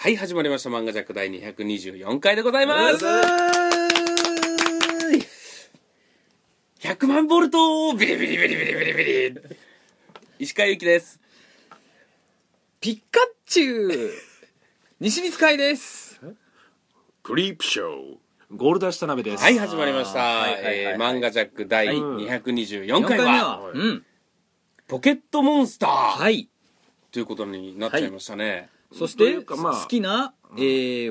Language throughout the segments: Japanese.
はい、始まりました。漫画ジャック第224回でございます。100万ボルトビリビリビリビリビリビリ石川祐希です。ピッカチュウ西光海ですクリープショーゴールダー下鍋ですはい、始まりました。はいはいはいえー漫画ジャック第224 4回回目は、ははいうんポケットモンスター、はいということになっちゃいましたね。そしとていうかまあ好きなえ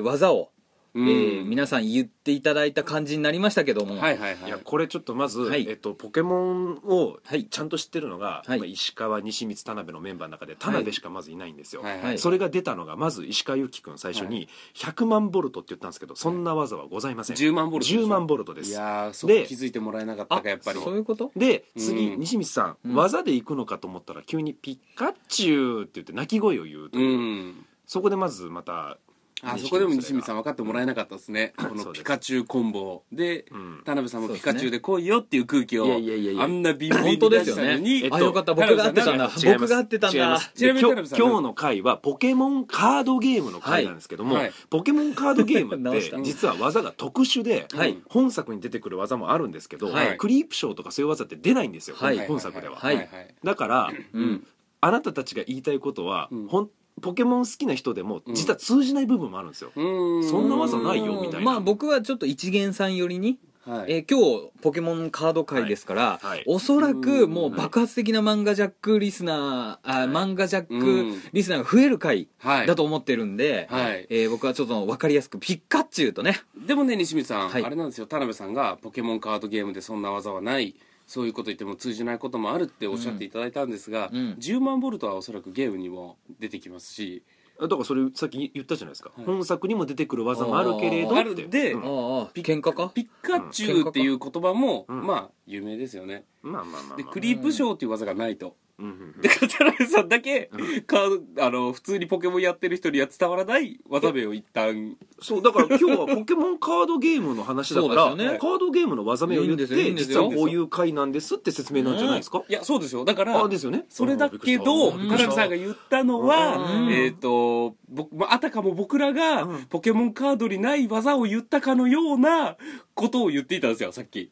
ー技をえーうん皆さん言っていただいた感じになりましたけどもは、はいいはい、いはやい。これちょっとまず、はいえっと、ポケモンをはいちゃんと知ってるのが、はいまあ石川西光田辺のメンバーの中で田辺しかまずいないんですよ、はいはいそれが出たのがまず石川祐希君最初はに100万ボルトって言ったんですけどそんな技はございません、 10万ボルトでしょ。 10万ボルトですいやー、そこで気づいてもらえなかったか、やっぱり。そういうことでう次ん西光さん、うん技で行くのかと思ったら急に「ピカチュウ」って言って鳴き声を言うとういう、ん。そこでまずまたあそこでも西見さん分かってもらえなかったですね、こそのうですピカチュウコンボで、うん田辺さんもそうピですカねチュウで来いよっていう空気をいやいやいやいやあんなビンビン本に当で出すしよたのねに、えっとあよかった僕が合って たんだ田辺さん僕が合ってたん違いまだすちなみに田今辺日さん今日の回はポケモンカードゲームの回なんですけども、はいはいポケモンカードゲー ム直しったて実は技が特殊で、はい本作に出てくる技もあるんですけど、はいクリープショーとかそういう技って出ないんですよ、はい本作では、はいだから、うんあなたたちが言いたいことは、うんほんポケモン好きな人でもうん実は通じない部分もあるんですよ、うんそんな技ないよみたいまなあ僕はちょっと一元さん寄りにはいえー今日ポケモンカード会ですから、はいはいおそらうくんもう爆発的な漫画ジャックリスナー、あ漫画ジャッうんクリスナーが増える回はいだと思ってるんで、はいえー僕はちょっと分かりやすくピッカチュウとねでもね西見さん、はいあれなんですよ田辺さんがポケモンカードゲームでそんな技はないそういうこと言っても通じないこともあるっておっしゃっていただいたんですが、うんうん10万ボルトはおそらくゲームにも出てきますし、だからそれさっき言ったじゃないですか、はい本作にも出てくる技もあるけれどあっるてで、うんああ喧嘩かピカチュウっていう言葉も、うんまあ有名ですよねまあまあまあ、でまあクリープショーっていう技がないと、うんうんうんで片辺さんだけ、カードあの普通にポケモンやってる人には伝わらない技名を一旦そうだから今日はポケモンカードゲームの話だかそら、うですよねカードゲームの技名を言っいいてんですよいいんです実よはこういう回なんですって説明なんじゃないですか、いやそうですよだからあですよねそれだけどう田んびっく辺りしたさんが言ったのは、うんえっ、と僕まああたかも僕らがうんポケモンカードにない技を言ったかのようなことを言っていたんですよさっき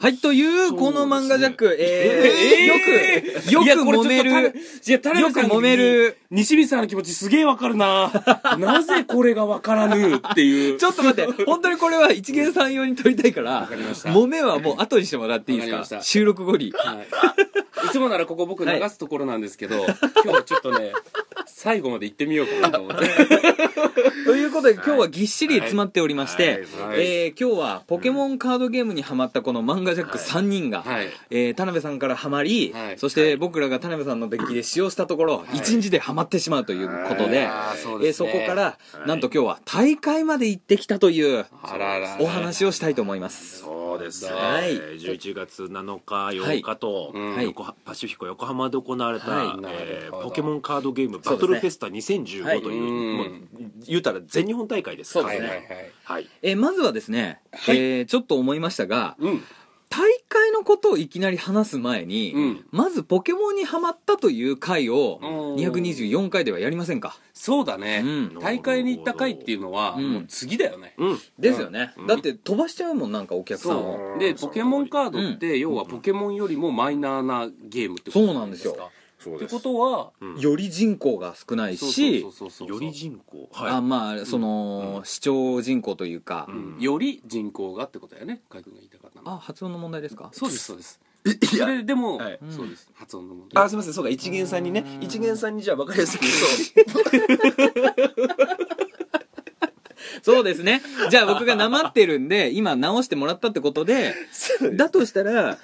はいというそうこの漫画ジャック、えーえーよいくやよくこれちょっ揉とめるいや田辺さんよく揉める西見さんの気持ちすげえわかる ななぜこれがわからぬっていうちょっと 待って本当にこれは一元さん用に撮りたいからかりました揉めはもう後にしてもらっていいでわかりますしたか収録後にはい、いつもならここ僕流すところなんですけど、今日ちょっとね最後まで行ってみようかなと思ってということで今日はぎっしり詰まっておりまして、ははいいえー今日はポケモンカードゲームにハマったこの漫画ジャック3人が、はいえー田辺さんからハマり、はいそして僕らが田辺さんのデッキで使用したところ、い1日でハマってしまうということで,、あーそうえでーすそねこから、なんと今日は大会まで行ってきたというあらあらお話をしたいと思います。そうですね、はい11月7日8日と、うんはい横浜パシフィコ横浜で行われた、はいえーなるほどポケモンカードゲームそうでバすねトルフェスタ2015はいという、うんもう言うたら全日本大会ですそうかでらすはいねはいはいはいえーまずはですね、はいえーちょっと思いましたがうん大会のことをいきなり話す前に、うんまずポケモンにハマったという回をうん224回ではやりませんかそうだね、うん大会に行った回っていうのは、うんもう次だよね、うんですよね、うんだって飛ばしちゃうもんなんかお客さんをそうでポケモンカードって、要はポケモンよりもマイナーなゲームってことそうなんですよかそってことはうんより人口が少ないそうしそうそうそうそうより人口はいあまあその、うん視聴人口というか、うんより人口がってことだよね海君が言いたかったのはあ発音の問題ですかそうですそうですいそやれでも、はいそうです発音の問題あすみませんそうか一元さんにね一元さんにじゃあ分かりやすく言うとそうですねじゃあ僕がなまってるんで今直してもらったってことでだとしたら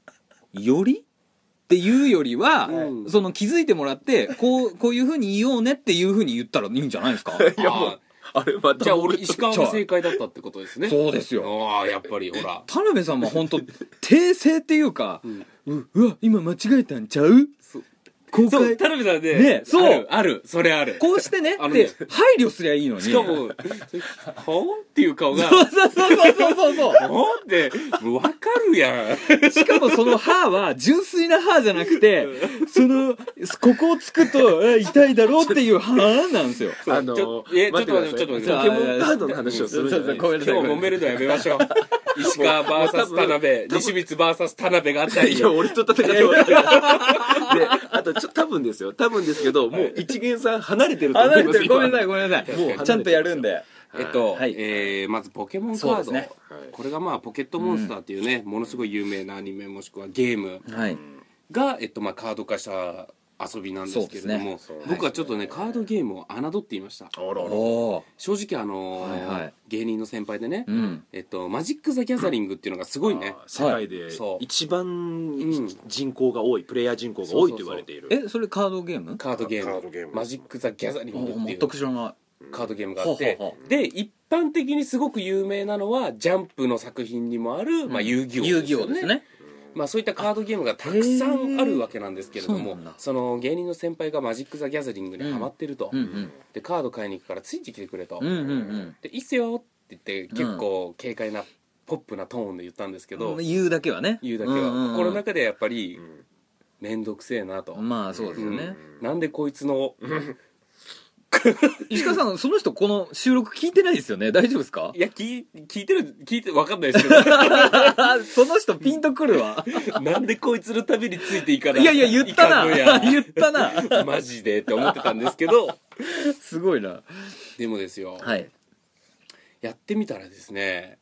「より?」っていうよりは、うんその気づいてもらってこうこういうふうに言おうねっていうふうに言ったらいいんじゃないですかいやもうあれまたじゃあ俺石川が正解だったってことですねそうですよああやっぱりほら田辺さんは本当訂正っていうか、んううわ今間違えたんちゃうそう公そう開田辺さんねねそうあるあるそれあるこうしてねあのねで配慮すりゃいいのにしかも「ほん?」っていう顔がそうそうそうそうそうそ「うほん?」って分かるやんしかもその歯は純粋な歯じゃなくて、その、ここをつくとえ痛いだろうっていう歯なんですよ。あのちょえちょっと待ってちょっと待ってポケモンカードの話をするんじゃないそうそうごめんなさい今日揉めるのやめましょう石川 VS 田辺西光 VS 田辺があったりいや、俺と戦ってもらってる。で、あと、ちょ、多分ですよ。多分ですけど、もう一元さん離れてるとあ、思ないんますでよ。ごめんなさい、ごめんなさもう離れてい。るちゃんとやるんで。えっと、はいえーまずポケモンカそうでーすド、ねはいこれがまあポケットモンスターっていうね、ものすごい有名なアニメもしくはゲームはい。が、えっとまあ、カード化した遊びなんですけれども、そうですね僕はちょっとね、カードゲームを侮っていましたあらら。おー。正直あのーはいはい芸人の先輩でね、うん。えっと、マジック・ザ・ギャザリングっていうのがすごいねあー世界でそう一番ん人口が多い、プレイヤー人口が多いと言われている。え、それカードゲームカードゲームカードゲームマジック・ザ・ギャザリングってい全うく知らない。カードゲームがあって、ほうほうほで一般的にすごく有名なのはジャンプの作品にもある、まあ、遊戯王遊戯王ですね。まあ、そういったカードゲームがたくさんあるわけなんですけれどへーそうもなんだその芸人の先輩がマジック・ザ・ギャザリングにハマってると、うんうん。でカード買いに行くからついてきてくれと「うんうんでいいっすよ」って言って結構軽快なポップなトーンで言ったんですけど、うん。言うだけはね。言うだけは、んんん心の中でやっぱりん面倒くせえなと、まあそうですようね。んなんでこいつの石川さん、その人この収録聞いてないですよね。大丈夫ですかいや聞い聞いてる聞いてわかんないですけどその人ピンとくるわ。なんでこいつのためについていかない いやいや、言ったいな。かんのや言ったな。マジでって思ってたんですけどすごいな。でもですよ、はい。やってみたらですね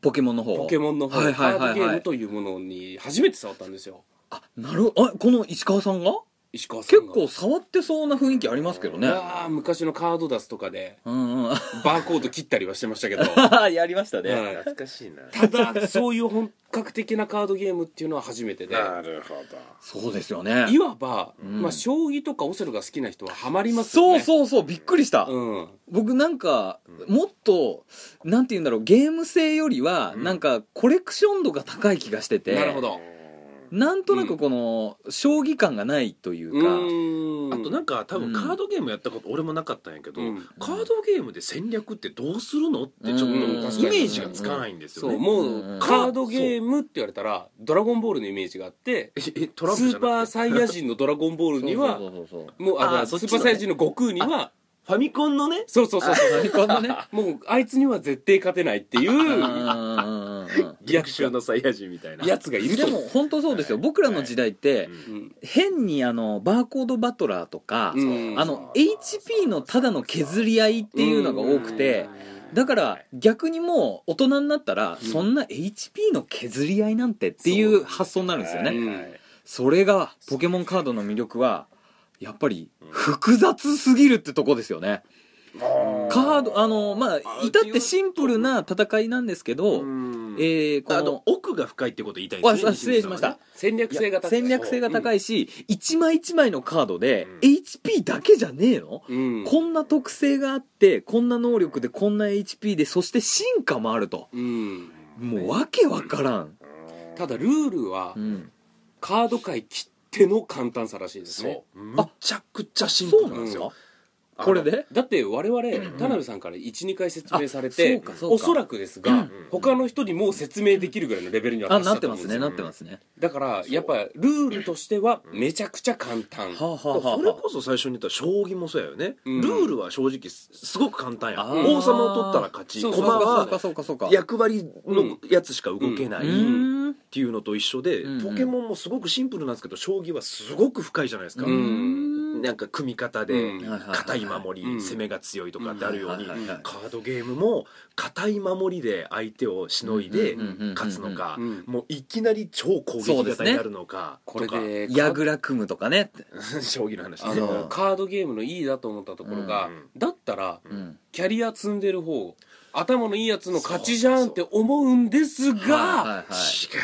ポケモンの方。ポケモンの方、はいはいはいカーはいドゲームというものに初めて触ったんですよあ、なるほど。あ、この石川さんが石川さ結んが構触ってそうな雰囲気ありますけどね。あー昔のカード出すとかでうんうん。バーコード切ったりはしてましたけど やりましたね。はい懐かしいな。ただそういう本格的なカードゲームっていうのは初めてでるほど。そうですよね。いわば、んまあ、将棋とかオセロが好きな人はハマりますよそうねうそうそう、びっくりした。うん僕なんか、もっと、なんて言うんだろう、ゲーム性よりは、うんなんか、コレクション度が高い気がしてて。なるほどなんとなくこの、将棋感がないといううか、ーあとなんか多う分んカードゲームやったこと俺もなかったんやけど、うんカードゲームで戦略ってどうするのってちょっとイうんメージがつかないんですよそうね。もうんうカードゲームって言われたら「ドラゴンボール」のイメージがあってええトスランプじゃーパなーくてサイヤ人の「ドラゴンボール」にはそうそうそうそうもうああのーそっスちのーパーサイヤ人の悟空にはファミコンのねそうそうそうそう最高だね。もうあいつには絶対勝てないって いううんうんうんうん逆襲のサイヤ人みたいな。やつがいるでとも本当そうですよ僕らの時代ってううんん変にあのバーコードバトラーとかうんあの HP のただの削り合いっていうのが多くてだから逆にもう大人になったらうんそんな HP の削り合いなんてっていう発想になるんですようねんそれがポケモンカードの魅力はやっぱり複雑すぎるってとこですよねカードあのまあ至ってシンプルな戦いなんですけどうんえーこあのの奥が深いってこと言いたいわですね。失礼しました戦略性が高い戦略性が高いし、一枚一枚のカードで、うん HP だけじゃねえの、うんこんな特性があってこんな能力でこんな HP でそして進化もあるとうんもうわけわからん、ただルールはうんカード界きっての簡単さらしいですねそう。むちゃくちゃシンプルなんですよ。これでだって我々田辺さんから12回説明されあてそうかそうかおそらくですうがん他の人にもう説明できるぐらいのレベルにはあ達しなったてと思まうんすですねよなってますね、だからやっぱルールとしてはめちゃくちゃ簡単はあ、はあはあそれはこそ最初に言った将棋もそうやよね、うんルールは正直すすごく簡単やあー王様を取ったら勝ちそう駒そうあそうはかそうかそうか役割のやつしか動けなういっーんていうのと一緒で、うんポケモンもすごくシンプルなんですけど将棋はすごく深いじゃないですか、うんなんか組み方うでんはいはいはい硬い守り、うん攻めが強いとかってあるように、うんはいはいはいカードゲームも硬い守りで相手をしのいでうんうんうんうんうん勝つのか、うんもういきなり超攻そ撃うです型ねになるのかこれとかで矢倉組むとかね将棋の話あねのカードゲームのいいだと思ったところが、うんうんだったら、うんキャリア積んでる方頭のいいやつの勝ちじゃんって思うんですがはいはいはい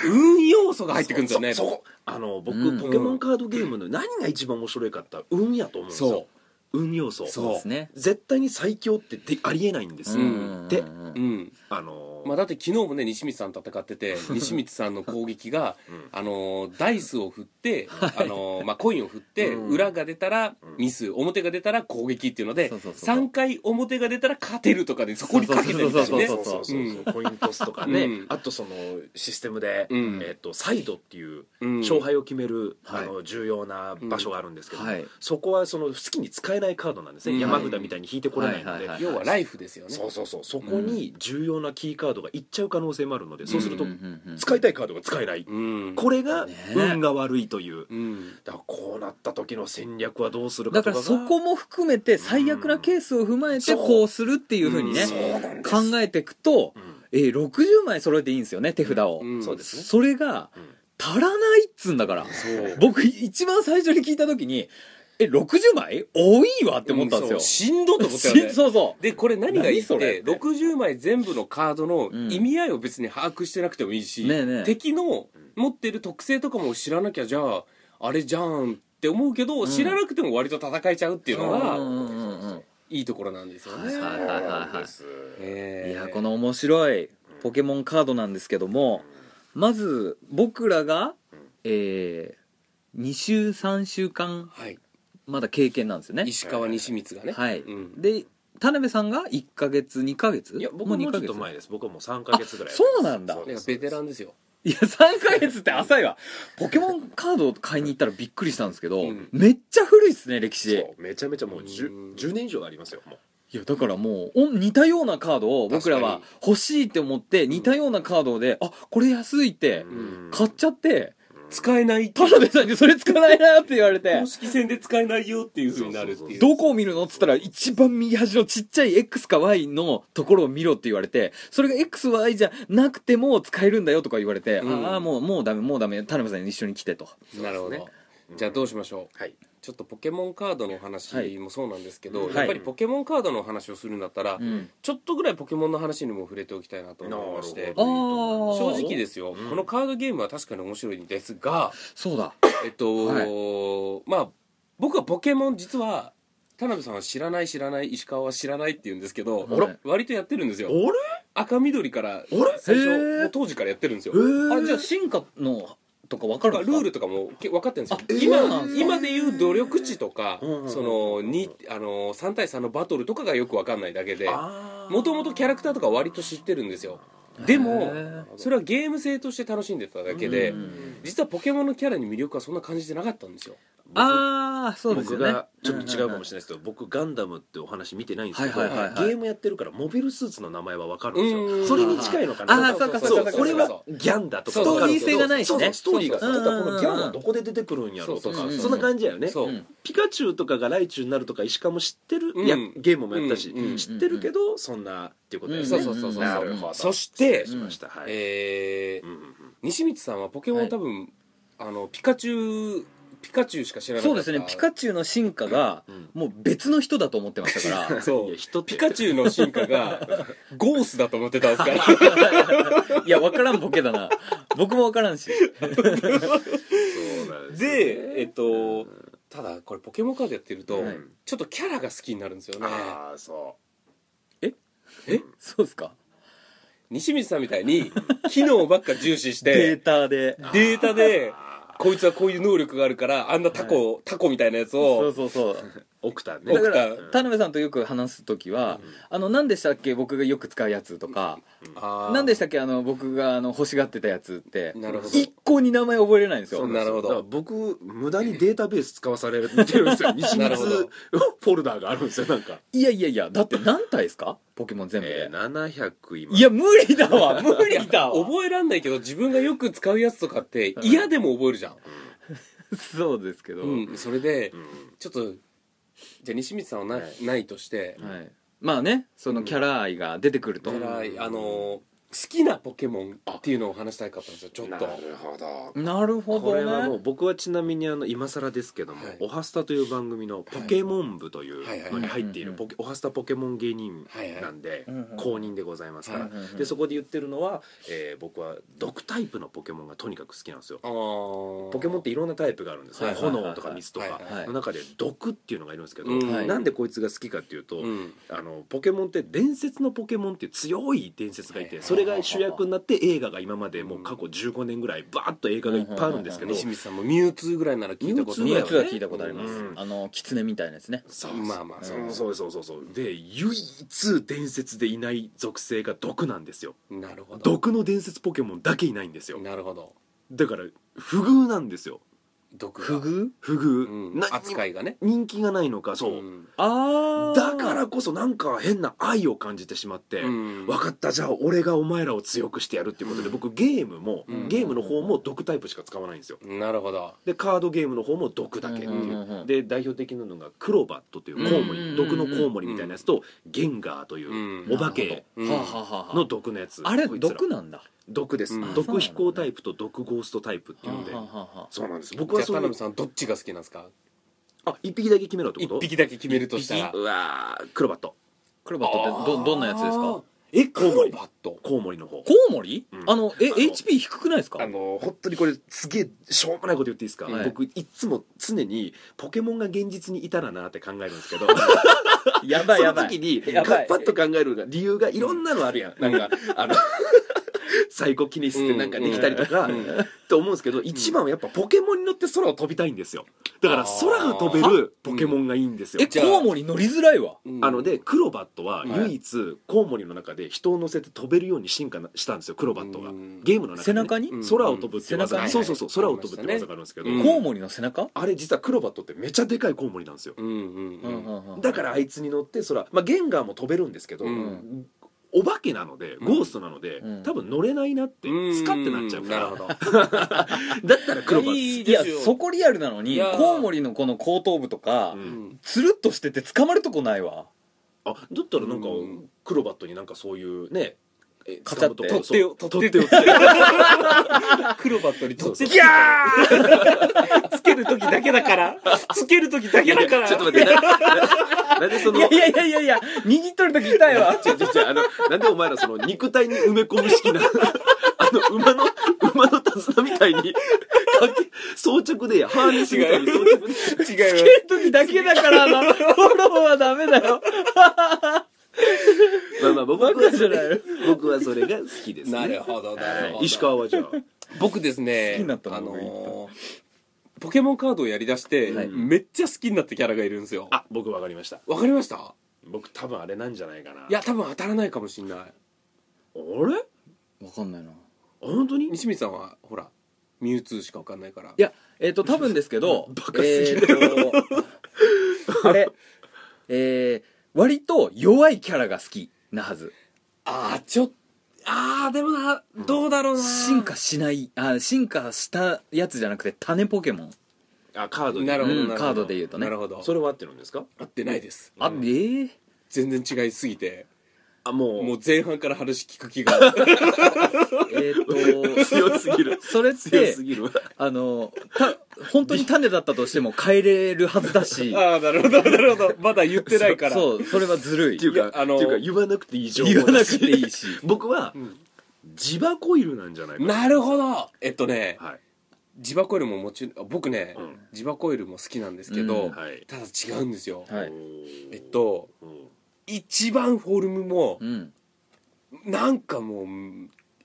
運要素が入ってくるんですよねそそこあの僕、うんポケモンカードゲームの何が一番面白いかって言ったら運やと思うんですよそ運要素そうそうですね絶対に最強ってでありえないんですうよ、んでううんあのまあ、だって昨日もね西光さんと戦ってて西光さんの攻撃が、あのーダイスを振って、あのーまあ、コインを振って、うん裏が出たらうんミス表が出たら攻撃っていうのでそうそうそうそう3回表が出たら勝てるとかでそこにかけてるんですよねそうそうそうそうそううんコイントスとかね、うんあとそのシステムで、うんえっとサイドっていううん勝敗を決める、はいあの重要な場所があるんですけど、はいそこはその好きに使えないカードなんですね、うん山札みたいに引いてこれないので、はいはいはい要はライフですよねそうそうそうそこに重要なキーカードがいっちゃう可能性もあるので、そうするとんんうんうん使いたいカードが使えない、うんこれがね運が悪いという、うんだからこうなった時の戦略はどうするかだとかからがそこも含めて最悪なケースを踏まえてそうこうするっていうふうにねうんそうなんです考えていくとう、んえー、60枚揃えていいんですよね手札を、うんそうですねそれがうん足らないっつうんだからそう僕一番最初に聞いた時にえ60枚多いわって思ったんうでそうすしんどっとよ、思ったよね そうそうでこれ何がいいっ何それて60枚全部のカードのうん意味合いを別に把握してなくてもいいし、ねえねえ敵の持ってる特性とかも知らなきゃじゃああれじゃんって思うけど、ん知らなくても割と戦えちゃうっていうのうんがうんうんいいところなんですよね。はいはいはいはいすうんえーいやこの面白いポケモンカードなんですけどもまず僕らがうん、えー、2週3週間はい、まだ経験なんですよね石川西光がね、はい、うんで田辺さんが1か月2か月いや僕もうちう2ょっヶと月前です僕はもう3か月ぐらいあそうなんだそうなでんかすベテランですよ。いや3か月って浅いわポケモンカードを買いに行ったらびっくりしたんですけど、うんめっちゃ古いっすね歴史そうめちゃめちゃもう 10, 10年以上ありますよもういやだからもうお似たようなカードを僕らは確欲しいって思って似たようなカードで、あこれ安いってん買っちゃって、使えない田辺さんにそれ使わないなって言われて公式戦で使えないよっていうふうになるっていう。どこを見るのっつったら一番右端のちっちゃい X か Y のところを見ろって言われてそれが XY じゃなくても使えるんだよとか言われて、うんああもうもうダメもうダメ田辺さんに一緒に来てとなるほど、そうでじゃあどうしましょう。はいちょっとポケモンカードのお話もそうなんですけど、はいやっぱりポケモンカードのお話をするんだったら、んちょっとぐらいポケモンの話にも触れておきたいなと思いましてなるほどあー正直ですよ、うんこのカードゲームは確かに面白いんですがそうだえっと、まあ僕はポケモン実は田辺さんは知らない知らない石川は知らないって言うんですけど、あら割とやってるんですよ俺赤緑かられ最へ初ーもう当時からやってるんですよあれじゃあへ進化のとか分かだるかんらですルールとかかもけ分かってるんあですそうよなん今今ですでいう努力値とか、うんうんうんそのにあの3対3のバトルとかがよく分かんないだけでーもともとキャラクターとか割と知ってるんですよでへもーそれはゲーム性として楽しんでただけでうん実はポケモンのキャラに魅力はそんな感じてなかったんですよああそうです僕よねがちょっと違うかもしれないですけど僕ガンダムってお話見てないんですけどはゲいはいはいはいームやってるからモビルスーツの名前は分かるんですうんよそれに近いのかなあーそうかそうかこれそうかはギャンだとかストーリー性がないしねそうそうストーリーがそうそうただこのギャンはどこで出てくるんやろうそとうそうかそうそんな感じやよねそう、うんピカチュウとかがライチュウになるとか石川も知ってるやうんゲームもやったしうん知ってるけどそんなっていうことですそねうそうそうそうなるほどそして失礼しましたはいえーうんうんうん西光さんはポケモンを多分、あのピカチュウピカチュウしか知らなかそうったですねピカチュウの進化がうんもう別の人だと思ってましたからそういや人ってピカチュウの進化 がゴースだと思ってたんですからいや分からんボケだな僕も分からんしそうなんすよねでえっとただこれポケモンカードやってると、はいちょっとキャラが好きになるんですよねああそそうですか西光さんみたいに機能ばっか重視してデータでデータでうあこいつはこういう能力があるからあんなタコ、タコみたいなやつそをうそうそうーオクタンねだか僕らら田辺さんとよく話す時は「あの何でしたっけ僕がよく使うやつ」とか「何でしたたっけあの僕があの欲しがってたやつ」ってなるほど一向に名前覚えれないんですそようなるほどだから僕無駄にデータベース使わされてるんですよ西 なるほ光どフォルダーがあるんですよなんか、いやいやいやだって何体ですかポケモン全部えでー、700今いや無理だ わ無理だわ覚えらんないけど自分がよく使うやつとかって嫌でも覚えるじゃん、そうですけどうん、それでうんちょっとじゃあ西光さんはな,、、はいないとして、はいまあねそのキャラ愛が出てくるとだからあのー好きなポケモンっていうのを話したいかったんですよちょっなとるほどなるほこれどはもうね僕はちなみにあの今更ですけどもはい「オハスタ」という番組の「ポケモン部」というはいはいのに入っているポケオハスタポケモン芸人なんではいはい公認でございますかはらいはいはいでそこで言ってるのはえー僕は毒タイプのポケモンがとにかく好きなんですよあーポケモンっていろんなタイプがあるんですねはいはいはい炎とか水とはいかはいはいの中で毒っていうのがいるんですけどうんはいなんでこいつが好きかっていうとうんあのポケモンって伝説のポケモンっていう強い伝説がいはいてはいそれが主役になって映画が今までもう過去15年ぐらいバーッと映画がいっぱいあるんですけど西光さんもミュウツーぐらいなら聞いたことミュウツーはね聞いたことあります、うんあの狐みたいなやつねそうまあまあそそううそうそうそうそうで唯一伝説でいない属性が毒なんですよなるほど毒の伝説ポケモンだけいないんですよなるほどだから不遇なんですよ毒が不遇不遇、うん何にも扱いがね人気がないのかそう、んああだからこそなんか変な愛を感じてしまって、うん分かったじゃあ俺がお前らを強くしてやるっていうことで僕ゲームも、うんゲームの方も毒タイプしか使わないんですよなるほどでカードゲームの方も毒だけっていう、うんうんうんで代表的なのがクロバットというコウモリ、うん毒のコウモリみたいなやつと、ゲンガーという、うんお化けなるほどはあはあはあはあの毒のやつあれこいつら毒なんだ毒です、うん毒飛行タイプと毒ゴーストタイプっていうはので、あはあはあそうなんですじゃ僕はあそ田ういう辺さんどっちが好きなんですかあ一匹だけ決めろってこ一と匹だけ決めるとしたらうわークロバットクロバットってどどんなやつですかあーコえクロバットコウモリの方ウモリ、うんあのえあの HP 低くないですかあの本当にこれすげえしょうもないこと言っていいですか、はい僕いつも常にポケモンが現実にいたらなって考えるんですけどやばいそやのば時いにやばいパッと考える理由がいろんなのあるやん、なんか あのサイコキネシスってなんかできたりとか、うんうんと思うんですけど一番はやっぱポケモンに乗って空を飛びたいんですよだから空が飛べるポケモンがいいんですよえじゃあコウモリ乗りづらいわうんあのでクロバットははい唯一コウモリの中で人を乗せて飛べるように進化なしたんですよクロバットがうんゲームの中でね背中にうん空を飛ぶって技背中がそうそうそう空を飛ぶってはい技があるんですけど、うんコウモリの背中あれ実はクロバットってめちゃでかいコウモリなんですようんうんうんだからあいつに乗って空、まあ、ゲンガーも飛べるんですけど、うんお化けなのでんゴーストなので、うん多分乗れないなってうんスカってなっちゃうから、なるほだったらクロバッいいいやですよそこリアルなのいにやーコウモリのこの後頭部とか、ト、ううんんつるっとしてて捕まるとこないわあだったらなんかうんクロバットになんかそういうねえカチャって掴むと取っ手を取っそう取っ手手ををつけるクロバットにとってギャ つける時だけだからつける時だけだからちょっと待ってなななんでそいのやいやいやいやいや握っとる時痛いわ違う違う違うあのなんでお前らその肉体に埋め込み式なあの馬の馬の手綱みたいにかけ装着でハーネスみたいに装着で違つうける時だけだからなフォローはダメだよまあまあ僕バはカじそゃないれ僕はそれが好きですねなるほどなるほはどい石川はじゃあ僕ですね好きになったのあの僕いっーポケモンカードをやりだして、はいめっちゃ好きになったキャラがいるんですよあ僕わかりましたわかりました僕多分あれなんじゃないかないや多分当たらないかもしんないあれあわかんないな本当に西光さんはほらミュウツーしかわかんないからいやえっ、と多分ですけどバカすぎるえーとあれえー、割と弱いキャラが好きなはずああちょっああでもなどうだろうな進化しないあ進化したやつじゃなくて種ポケモンあカードでなるほどうんなるほどカードで言うとねなるほどそれは合ってるんですか合ってないですあ、えー全然違いすぎてあもうもう前半から話聞く気 がえー、と強すぎる それっ強てすぎるわあのた本当に種だったとしても変えれるはずだしああなるほどなるほどまだ言ってないからそそうそれはずるいっていういかやあのっていうか言わなくていい情報言わなくていいしし僕は、ジバコイルなんじゃないかなるほどえっとねはいジバコイルももちろん僕ね、うんジバコイルも好きなんですけど、うんはいただ違うんですよ、はいえっと一番フォルムもうんなんかもう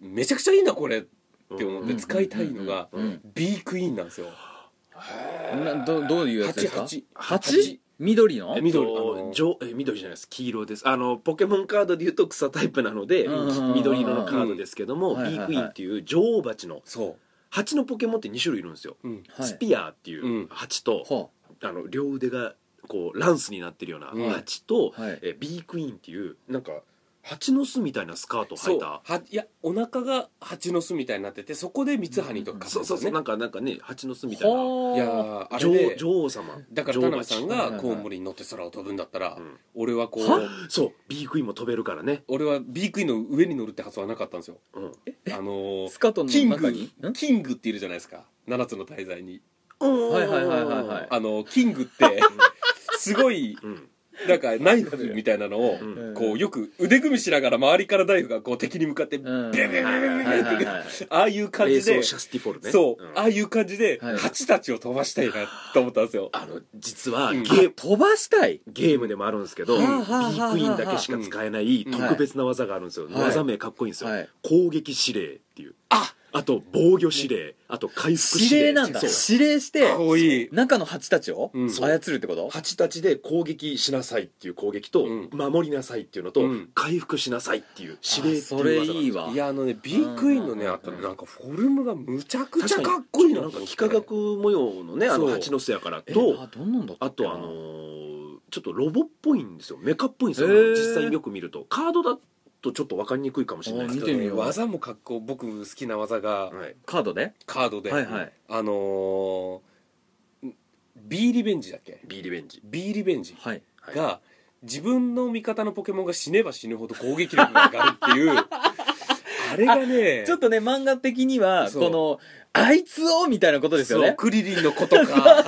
めちゃくちゃいいなこれって思っうてん使いたいのがうん B クイーンなんですよなどどういうやつですか八八八緑のえっと緑あのじょえ緑じゃないです黄色ですあのポケモンカードでいうと草タイプなのでうんうんうんうん緑色のカードですけどうもんはいはいビはいークイーンっていう女王蜂のそ蜂のポケモンって2種類いるんですよう、うん、はいスピアーっていううん蜂とはあの両腕がこうランスになってるようなうん蜂とあはいえビークイーンっていうなんか蜂の巣みたいなスカートをそ履いうたはいやお腹が蜂の巣みたいになっててそこでミツハニとかそうそうそうなんかなんかね蜂の巣みたいなういやはーああ女れ王で女王様だから女田辺王蜂さんはいはいがはいコウモリに乗って空を飛ぶんだったら、うん俺はこはうそうビークイーンも飛べるからね俺は B クイーンの上に乗るって発想はなかったんですようんあのースカートのキン中にグキングっているじゃないですか7つの大罪にはいはいはいはいはいあのキングってすごいうんなんかナイフみたいなのを、うんこうよく腕組みしながら周りからナイフがこう敵に向かってビうんュンビュンビュンビュンビュンビュンってはいはいはいああいう感レーじスでをシャスティフォルねそう、んああいう感じで、はい蜂たちを飛ばしたいなと思ったんですよ。あの実はうゲんー飛ばしたいゲームでもあるんですけど、はビあはあはあークイーンだけしか使えないうん特別な技があるんですよ、はい技名かっこいいんですよ、はい攻撃指令っていうああと防御指令、あと回復指指令令なんだそう指令してかわいい中の蜂たちをうん操るってこと蜂たちで攻撃しなさいっていう攻撃と、うん守りなさいっていうのと、うん回復しなさいっていう指令あってそいうれ技なんいでいすよわいやあのねビークイーンのねうんあったねなんかフォルムがむちゃくちゃ確かかっっここいいいいななとん思っかて幾何学模様のねあそのう蜂の巣やからえとあどんなんだったあっけとなあのーちょっとロボっぽいんですよメカっぽいんですよへー実際によく見るとカードだとちょっと分かりにくいかもしれないですあ見けてどみよう技もかっこ僕好きな技がはいカードでカードで、はいはいあのー、ん B リベンジだっけ B リベンジ B リベンジはいが、自分の味方のポケモンが死ねば死ぬほど攻撃力が上がるっていう あれがねちょっとね漫画的にはそうこのあいつをみたいなことですよそうねクリリンのことか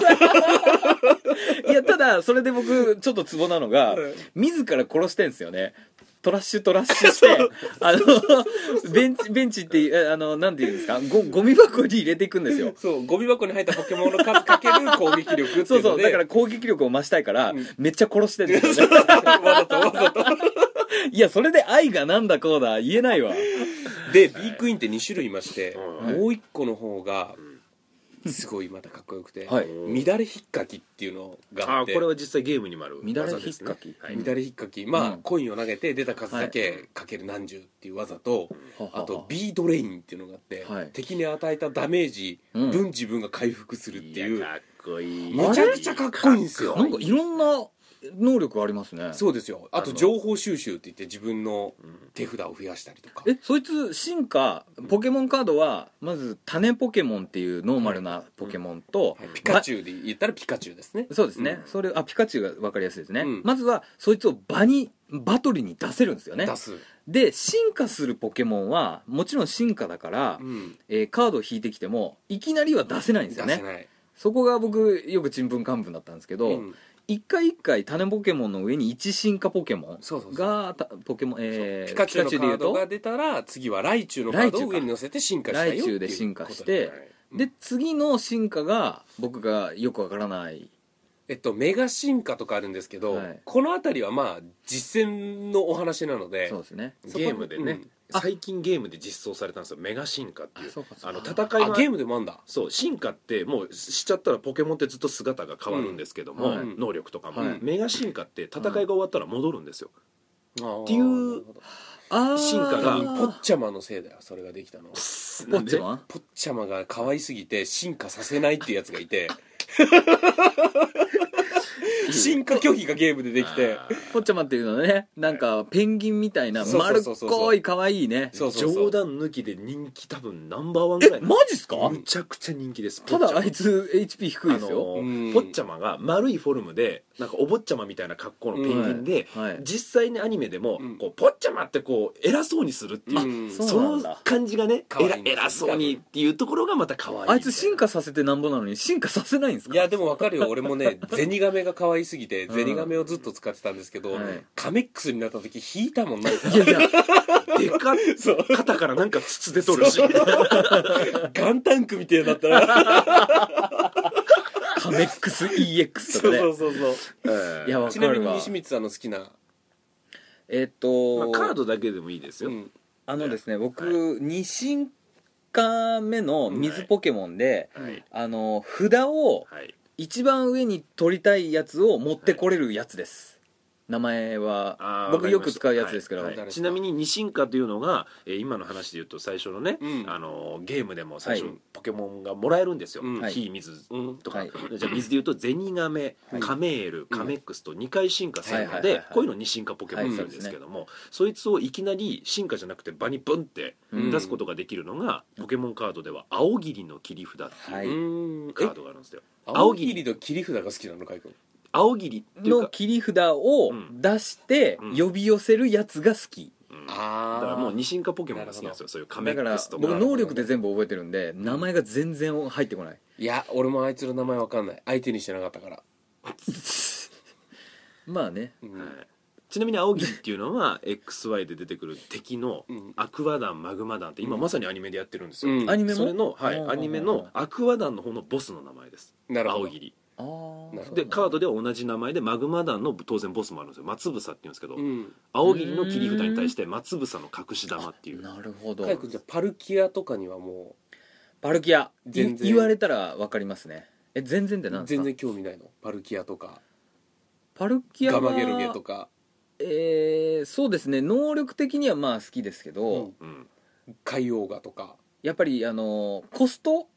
いやただそれで僕ちょっとツボなのがうん自ら殺してんすよねトラッシュトラッシュしてあのベンチベンチっていうえあのなんていうんですかゴゴミ箱に入れていくんですよそうゴミ箱に入ったポケモンの数かける攻撃力っていうのでそうそうだから攻撃力を増したいからうんめっちゃ殺してるんですよねわざとわざといやそれで愛がなんだこうだ言えないわ で B クイーンって2種類いまして、はいもう1個の方がすごいまたかっこよくて、はい乱れひっかきっていうのがああっーてこれは実際ゲームにもある乱れ技ひでっすねかきはい乱れひっかきまあ、うんコインを投げて出た数だはけかける何十っていう技と、あとビ B ドレインっていうのがあって、はい敵に与えたダメージうん分自分が回復するっていう、やかっこいいめちゃくちゃかっこいいんですよなんかいろんな能力ありますねそうですよあとあの情報収集って言って自分のうん手札を増やしたりとかえそいつ進化ポケモンカードはまず種ポケモンっていうノーマルなポケモンと、はいピカチュウで言ったらピカチュウですねばそうですね、うんそれあピカチュウが分かりやすいですね、うんまずはそいつを場にバトルに出せるんですよね出す、で進化するポケモンはもちろん進化だから、うんえーカードを引いてきてもいきなりは出せないんで出すせよない、ねそこが僕よくちんぷんかんぷんだったんですけど、うん一回一回種ポケモンの上に一進化ポケモンそうそうそうがたポケモン、えーピカチュウのカピカチュウで言ーうとドが出たら次はライチュウのカードを上に乗せて進化したよっていうライチュウで進化しこてとになるうんで次の進化が僕がよくわからないえっとメガ進化とかあるんですけど、はいこの辺りはまあ実践のお話なのでそうですねそこゲームでね、うんあ最近ゲームで実装されたんですよメガ進化っていうそうかそあうかの戦いあのゲームでもあんだそう進化ってもうしちゃったらポケモンってずっと姿が変わるんですけども、うんはい能力とかも、はいメガ進化って戦いが終わったら戻るんですよ、っていうあー進化多が分ポッチャマのせいだよそれができたのポッチャマポッチャマが可愛すぎて進化させないっていうやつがいて進化拒否がゲームでできてあポッチャマっていうのはねなんかペンギンみたいなそう丸そうっそうそうこい可愛いねそうーそうそう冗談抜きで人気多分ナンバーワンえぐらいマジっすかむちゃくちゃ人気ですたポッチャだマあいつ HP 低いですよ、あのーうんポッチャマが丸いフォルムでなんかお坊ちゃまみたいな格好のペンギンで、はいはい実際にアニメでも、うんこうポッチャマってこう偉そうにするっていう、うんそうそなんだの感じがね可愛い偉んですよ偉そうにっていうところがまた可愛いみたあいつ進化させてなんぼなのに進化させないんですかいやでもわかるよ俺もねゼニガメが可愛すぎてうんゼニガメをずっと使ってたんですけど、はいカメックスになった時引いたもんないいやいやでかっそう肩からなんか筒で取る しガンタンクみたいだったらカメックス EX とかねそうそういやわちなかみるにわ西光さんの好きな、えっまとあカードだけでもいいですよ、うんあのですね僕、はい2進化目の水ポケモンで、はいあの札をはい一番上に取りたいやつを持ってこれるやつです、名前はあー僕よく使うやつですけど、はいはい誰ですかちなみに二進化というのが、えー今の話で言うと最初のね、うんあのーゲームでも最は初ポケモンがもらえるんですよ、うんはい火水うんとか、はいじゃあ水で言うとゼニガメ、はいカメールカメックスと2回進化するはのいはいはいで、はいこういうの二進化ポケモンなんですけども、そいつをいきなり進化じゃなくて場にブンってうん出すことができるのが、ポケモンカードでは青霧の切り札ってはいいううんカードがあるんですよ、え青霧の切り札が好きなのかいくん青霧っていのうか切り札をうん出してうん呼び寄せるやつが好き、うんあだからもう二進化ポケモンが好きなんですよそういうカだメかックらスとか僕能力で全部覚えてるんで名前が全然入ってこないいや俺もあいつの名前わかんない相手にしてなかったからまあねうんはいちなみに青銀っていうのは XY で出てくる敵のうんアクア団マグマ団って今まさにアニメでやってるんですよ、うんアニメもそれの、はうい、んアニメのアクア団の方のボスの名前ですなるほど青霧あーなるほでカードドでは同じ名前でマグマ団の当然ボスもあるんですよ松房って言うんですけど、うん青霧の切り札に対して松房の隠し玉っていうなるほどカイ君じゃあパルキアとかにはもパルキアい全然言われたらわかりますねえ全然ってう何です全か然興味ないのパルキアとかパルキアガはマゲルゲとかえーそうですね能力的にはまあ好きですけど、うんうん海王ガとかやっぱりあのーコスト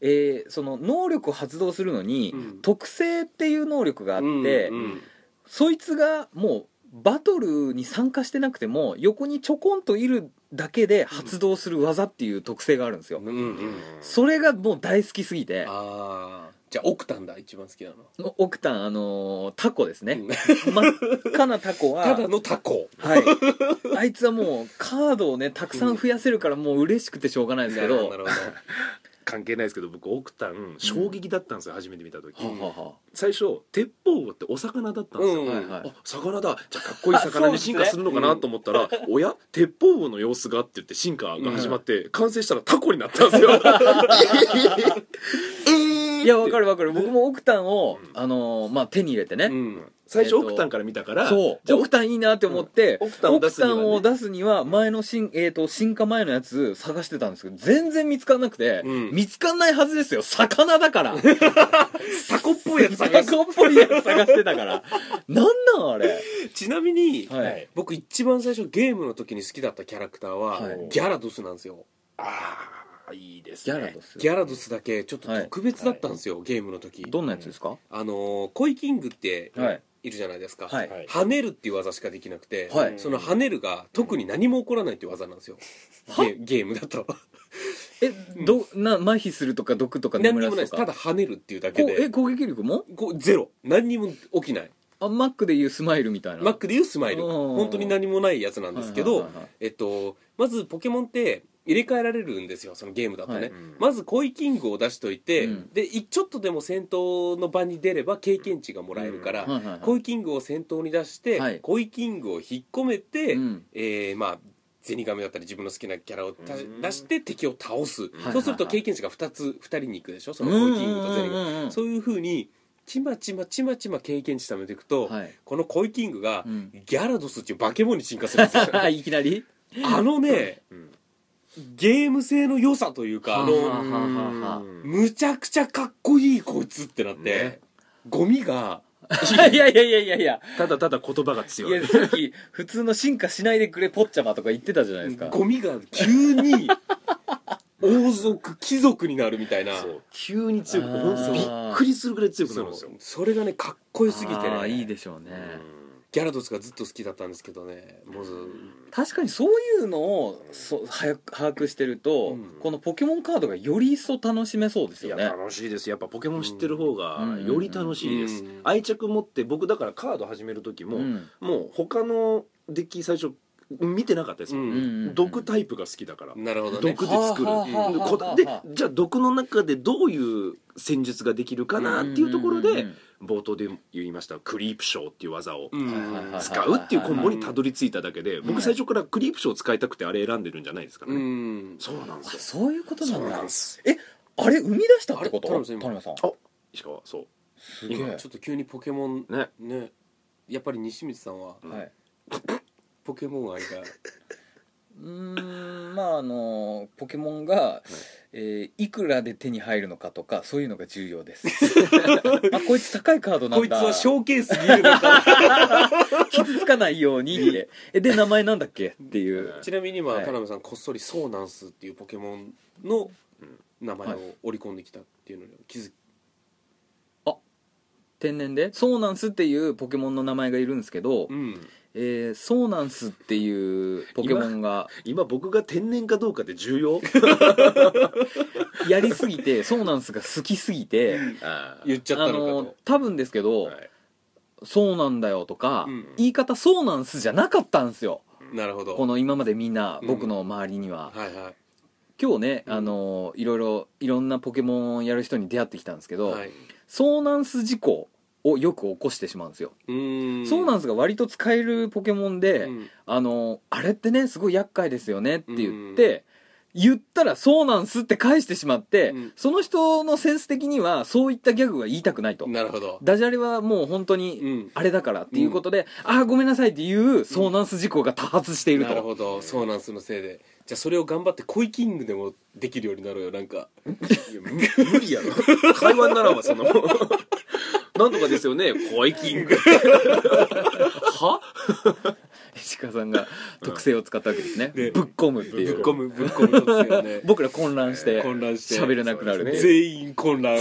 えーその能力を発動するのに、うん特性っていう能力があって、うんそいつがもうバトルに参加してなくても横にちょこんといるだけで発動する技っていう特性があるんですよ、うんうんそれがもう大好きすぎてああじゃあオクタンだ一番好きなのオクタンあのータコですね、うん真っ赤なタコは ただのタコはい、あいつはもうカードをねたくさん増やせるからもう嬉しくてしょうがないで すけど、なはるほ関係ないですけど僕オクタン衝撃だったんですよ、初めて見た時、あはあは最初鉄砲魚ってお魚だったんですよ、うんあはいはいあ魚だじゃあかっこいい魚に進化するのかなと思ったら、おや鉄砲魚の様子がって言って進化が始まって、完成したらタコになったんですよ いやわかるわかる僕もオクタンをう、んあのーまあ、手に入れてね、どうん最初えっオとクタンから見たから、そうじゃあオクタンいいなって思って、うんオクタンを出すにはねオクタンを出すには前の進,、えー、と進化前のやつ探してたんですけど全然見つからなくて、うん見つかんないはずですよ魚 だからタコっぽいやつ探魚っすぽいやつ探して たからなんなんあれちなみにはい僕一番最初ゲームの時に好きだったキャラクターははいギャラドスなんですよああいいですギねャラドスギャラドスだけちょっと特別だったんですよゲームの時どんなやつですか、あのーコイキングってはいいるじゃないですかはいはい跳ねるっていう技しかできなくてはいその跳ねるが特に何も起こらないっていう技なんですよはゲゲームだとえどな麻痺するとか毒とか何眠にもないらですすとたかだ跳ねるっていうだけこうえで攻撃力もこうゼロ何にも起きないあマックでいうスマイルみたいなマックでいうスマイルうん本当に何もないやつなんですけはいどはいはいはいえっとまずポケモンって入れ替えられるんですよそのゲームだとね、はいうんまずコイキングを出しといて、うんでいちょっとでも戦闘の場に出れば経験値がもらえるから、はいはいはいコイキングを先頭に出して、はいコイキングを引っ込めて、うんえーまあ銭亀だったり自分の好きなキャラをたうん出して敵を倒す、いそうすると経験値が2つ2人にいくでしょそのコイキングとゼニうんうんうんうガんそういうふうにちまちまちまちま経験値貯めていくと、はいこのコイキングが、うんギャラドスっていう化け物に進化するんです よいきなり あのねうんゲーム性の良さというかあの、はあはあはあむちゃくちゃかっこいいこいつってなって、ねゴミがいやいやいやいやいやただただ言葉がい強いやさっき普通の進化しないでくれポッチャマとか言ってたじゃないですかゴミが急 に王族貴族になるみたいなそう急に強くあーほんとびっくりするぐらい強くなるんですよそうそれがねかっこよすぎてあーねいいでしょうねギャラドスがずっと好きだったんですけどねもうず確かにそういうのをそ早く把握してると、うんこのポケモンカードがより一層楽しめそうですいよやね楽しいですやっぱポケモン知ってる方がうんより楽しいです、うん愛着持って僕だからカード始める時も、うんもう他のデッキ最初見てなかったですも、うんん毒タイプが好きだから、なるほどね毒で作るはあはあはあはあでこでじゃあ毒の中でどういう戦術ができるかなっていうところうんうんうでん冒頭で言いましたクリープショーっていう技をうんはいはいはい使うっていうコンボにたどり着いただけでは僕い最初からクリープショーを使いたくてあれ選んでるんじゃないですからうねんそうなんであすよそういうことなそんうなだんですあれ生み出したってことあれ田辺さんあ石川そうすげえ今ちょっと急にポケモンねねやっぱり西光さんははい、ポケモン 愛がうーんまああのポケモンが、えーいくらで手に入るのかとかそういうのが重要です あこいつ高いカードなんだこいつはショーケースにいるのか傷つかないようにってえで名前なんだっけっていうちなみに今、はい田辺さんこっそり「そうなんす」っていうポケモンのうん名前はを織り込んできたっていうのに気づき天然でソーナンスっていうポケモンの名前がいるんですけど、うんえー、ソーナンスっていうポケモンが今僕が天然かどうかって重要やりすぎてソーナンスが好きすぎてあー言っちゃったのかあのと多分ですけど、はいそうなんだよとか、うん言い方そうなんすじゃなかったんですよなるほどこの今までみんなうん僕の周りには、はいはい今日ね、うんあのいろいろいろんなポケモンをやる人に出会ってきたんですけど、はいそうなんす事項をよく起こしてしまうんですよ、うんそうなんんですが割と使えるポケモンで、うんあのあれってねすごい厄介ですよねって言って、言ったら「そうなんす」って返してしまって、うんその人のセンス的にはそういったギャグは言いたくないとなるほどダジャレはもう本当に、うんあれだからっていうことで、ああごめんなさいっていう遭難す事故が多発しているなると、ほどそうなんすのせいでじゃあそれを頑張って恋キングでもできるようになろうよなん かいやむ無理やろ会話にならんわそんなもんなんとかですよねコイキングは 石川さんが特性を使ったわけですね、でぶっ込むってぶっいう込むぶっ込む突然 ね僕ら混乱して混乱して喋れなくなるっていう全員混乱い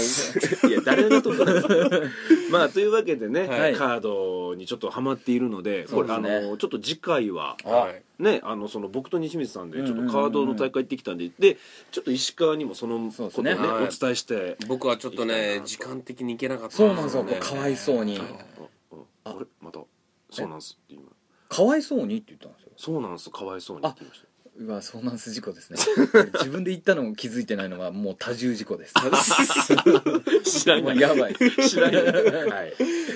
や誰のこと なんですまあというわけでね、はいカードにちょっとハマっているのでこれそうですねあのちょっと次回はあはいね、あのその僕と西水さんでちょっうんうんうんうとんカードの大会行ってきたんで、でちょっと石川にもそのそうこでとすをねねはいお伝えして 僕はちょっと行きたいねな時間的に行けなかったそうなんですよ、ねこうかわい そうにうんああれまたそうなんすって今かわいそうにって言ったんですよそうなんすかわいそうにって言いましうわ遭難す事故ですね自分で言ったのも気づいてないのはもう多重事故ですた知らもなういやばい知らない、は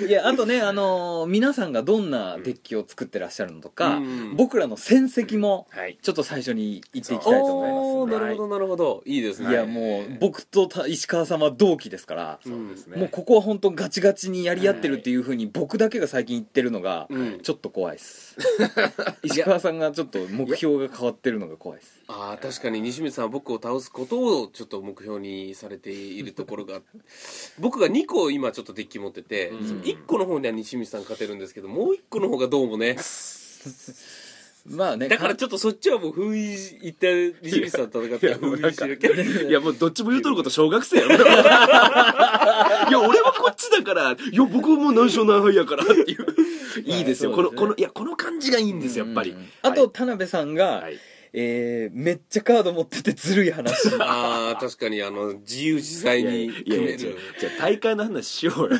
い、いやあとね、あのー皆さんがどんなデッキを作ってらっしゃるのとか、うん僕らの戦績もはい、ちょっと最初に言っていきたいと思いますおーなるほどなるほどいいですねいやもう僕とた石川さんは同期ですから、そうですもうここは本当ガチガチにやり合ってるっていうふうに僕だけが最近言ってるのがうんちょっと怖い です、石川さんがちょっと目標が変わってるのが怖いですああ確かに西水さんは僕を倒すことをちょっと目標にされて いるところが僕が2個今ちょっとデッキ持ってて、うんその1個の方には西水さん勝てるんですけどもう1個の方がどうもねまあねだからちょっとそっちはもう封印いった西水さんと戦って封印してるけどいやもうどっちも言うとること小学生やろいや俺はこっちだからいや僕もう何勝何敗やからっていういいですよ、まあこそうですねのこのいやこの感じがいいんですよやっぱり、うんうんあと田辺さんが、はいえーめっちゃカード持っててずるい 話ああ確かにあの自由自在にいや組いやめいやるじゃあ大会の話しようよ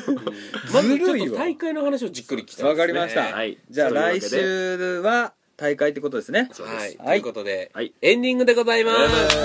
まずずちるょっいとわ大会の話をじっくり聞きたいわですかりました、はいじゃあそういうわ来けで週は大会ってことですねそうですはい、ということで、はいエンディングでございます、まあはい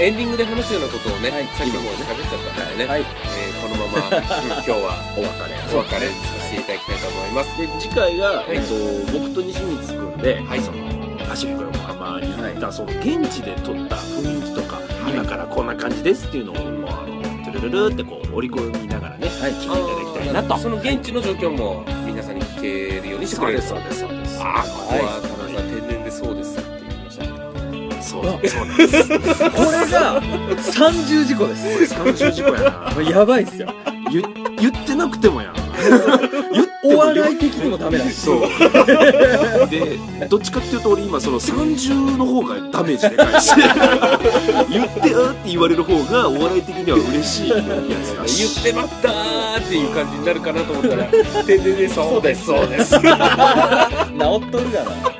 エンディングで話すようなことをね、はいさっきも喋っちゃったからね、はいえーこのまま今日はお別れお別れさせていただきたいと思いますで次回が、いえっと、僕と西光くんで、はいそのパシフィコ横浜に行った、その現地で撮った雰囲気とか、今からこんな感じですっていうのをもうあのトゥルルルってこう織り込みながらねはい聞いていただきたいなとその現地の状況も皆さんに聞けるようにしてくそうれでるすそうですそうですああここは田中さん天然でそうですって言いましたねそうそうなんですこれが三重事故です三重事故 やなこれやばいっすよ言言ってなくてもやん言ってもお笑い的にもダメだしそうでどっちかっていうと俺今その30の方がダメージでかいし言ってあーって言われる方がお笑い的には嬉しいやつだ言っしてまったーっていう感じになるかなと思ったら天然でそうですそうです治っとるがな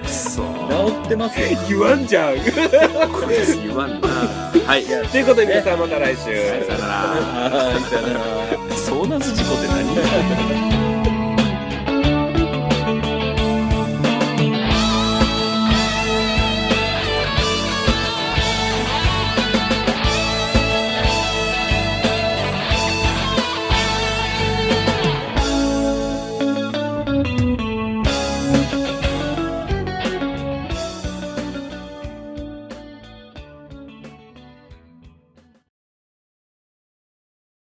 くそ治ってますよ言わんじゃんこいつ言わんなはいい やということで皆さんまた来週、さよならはいさよなら遭難事故って何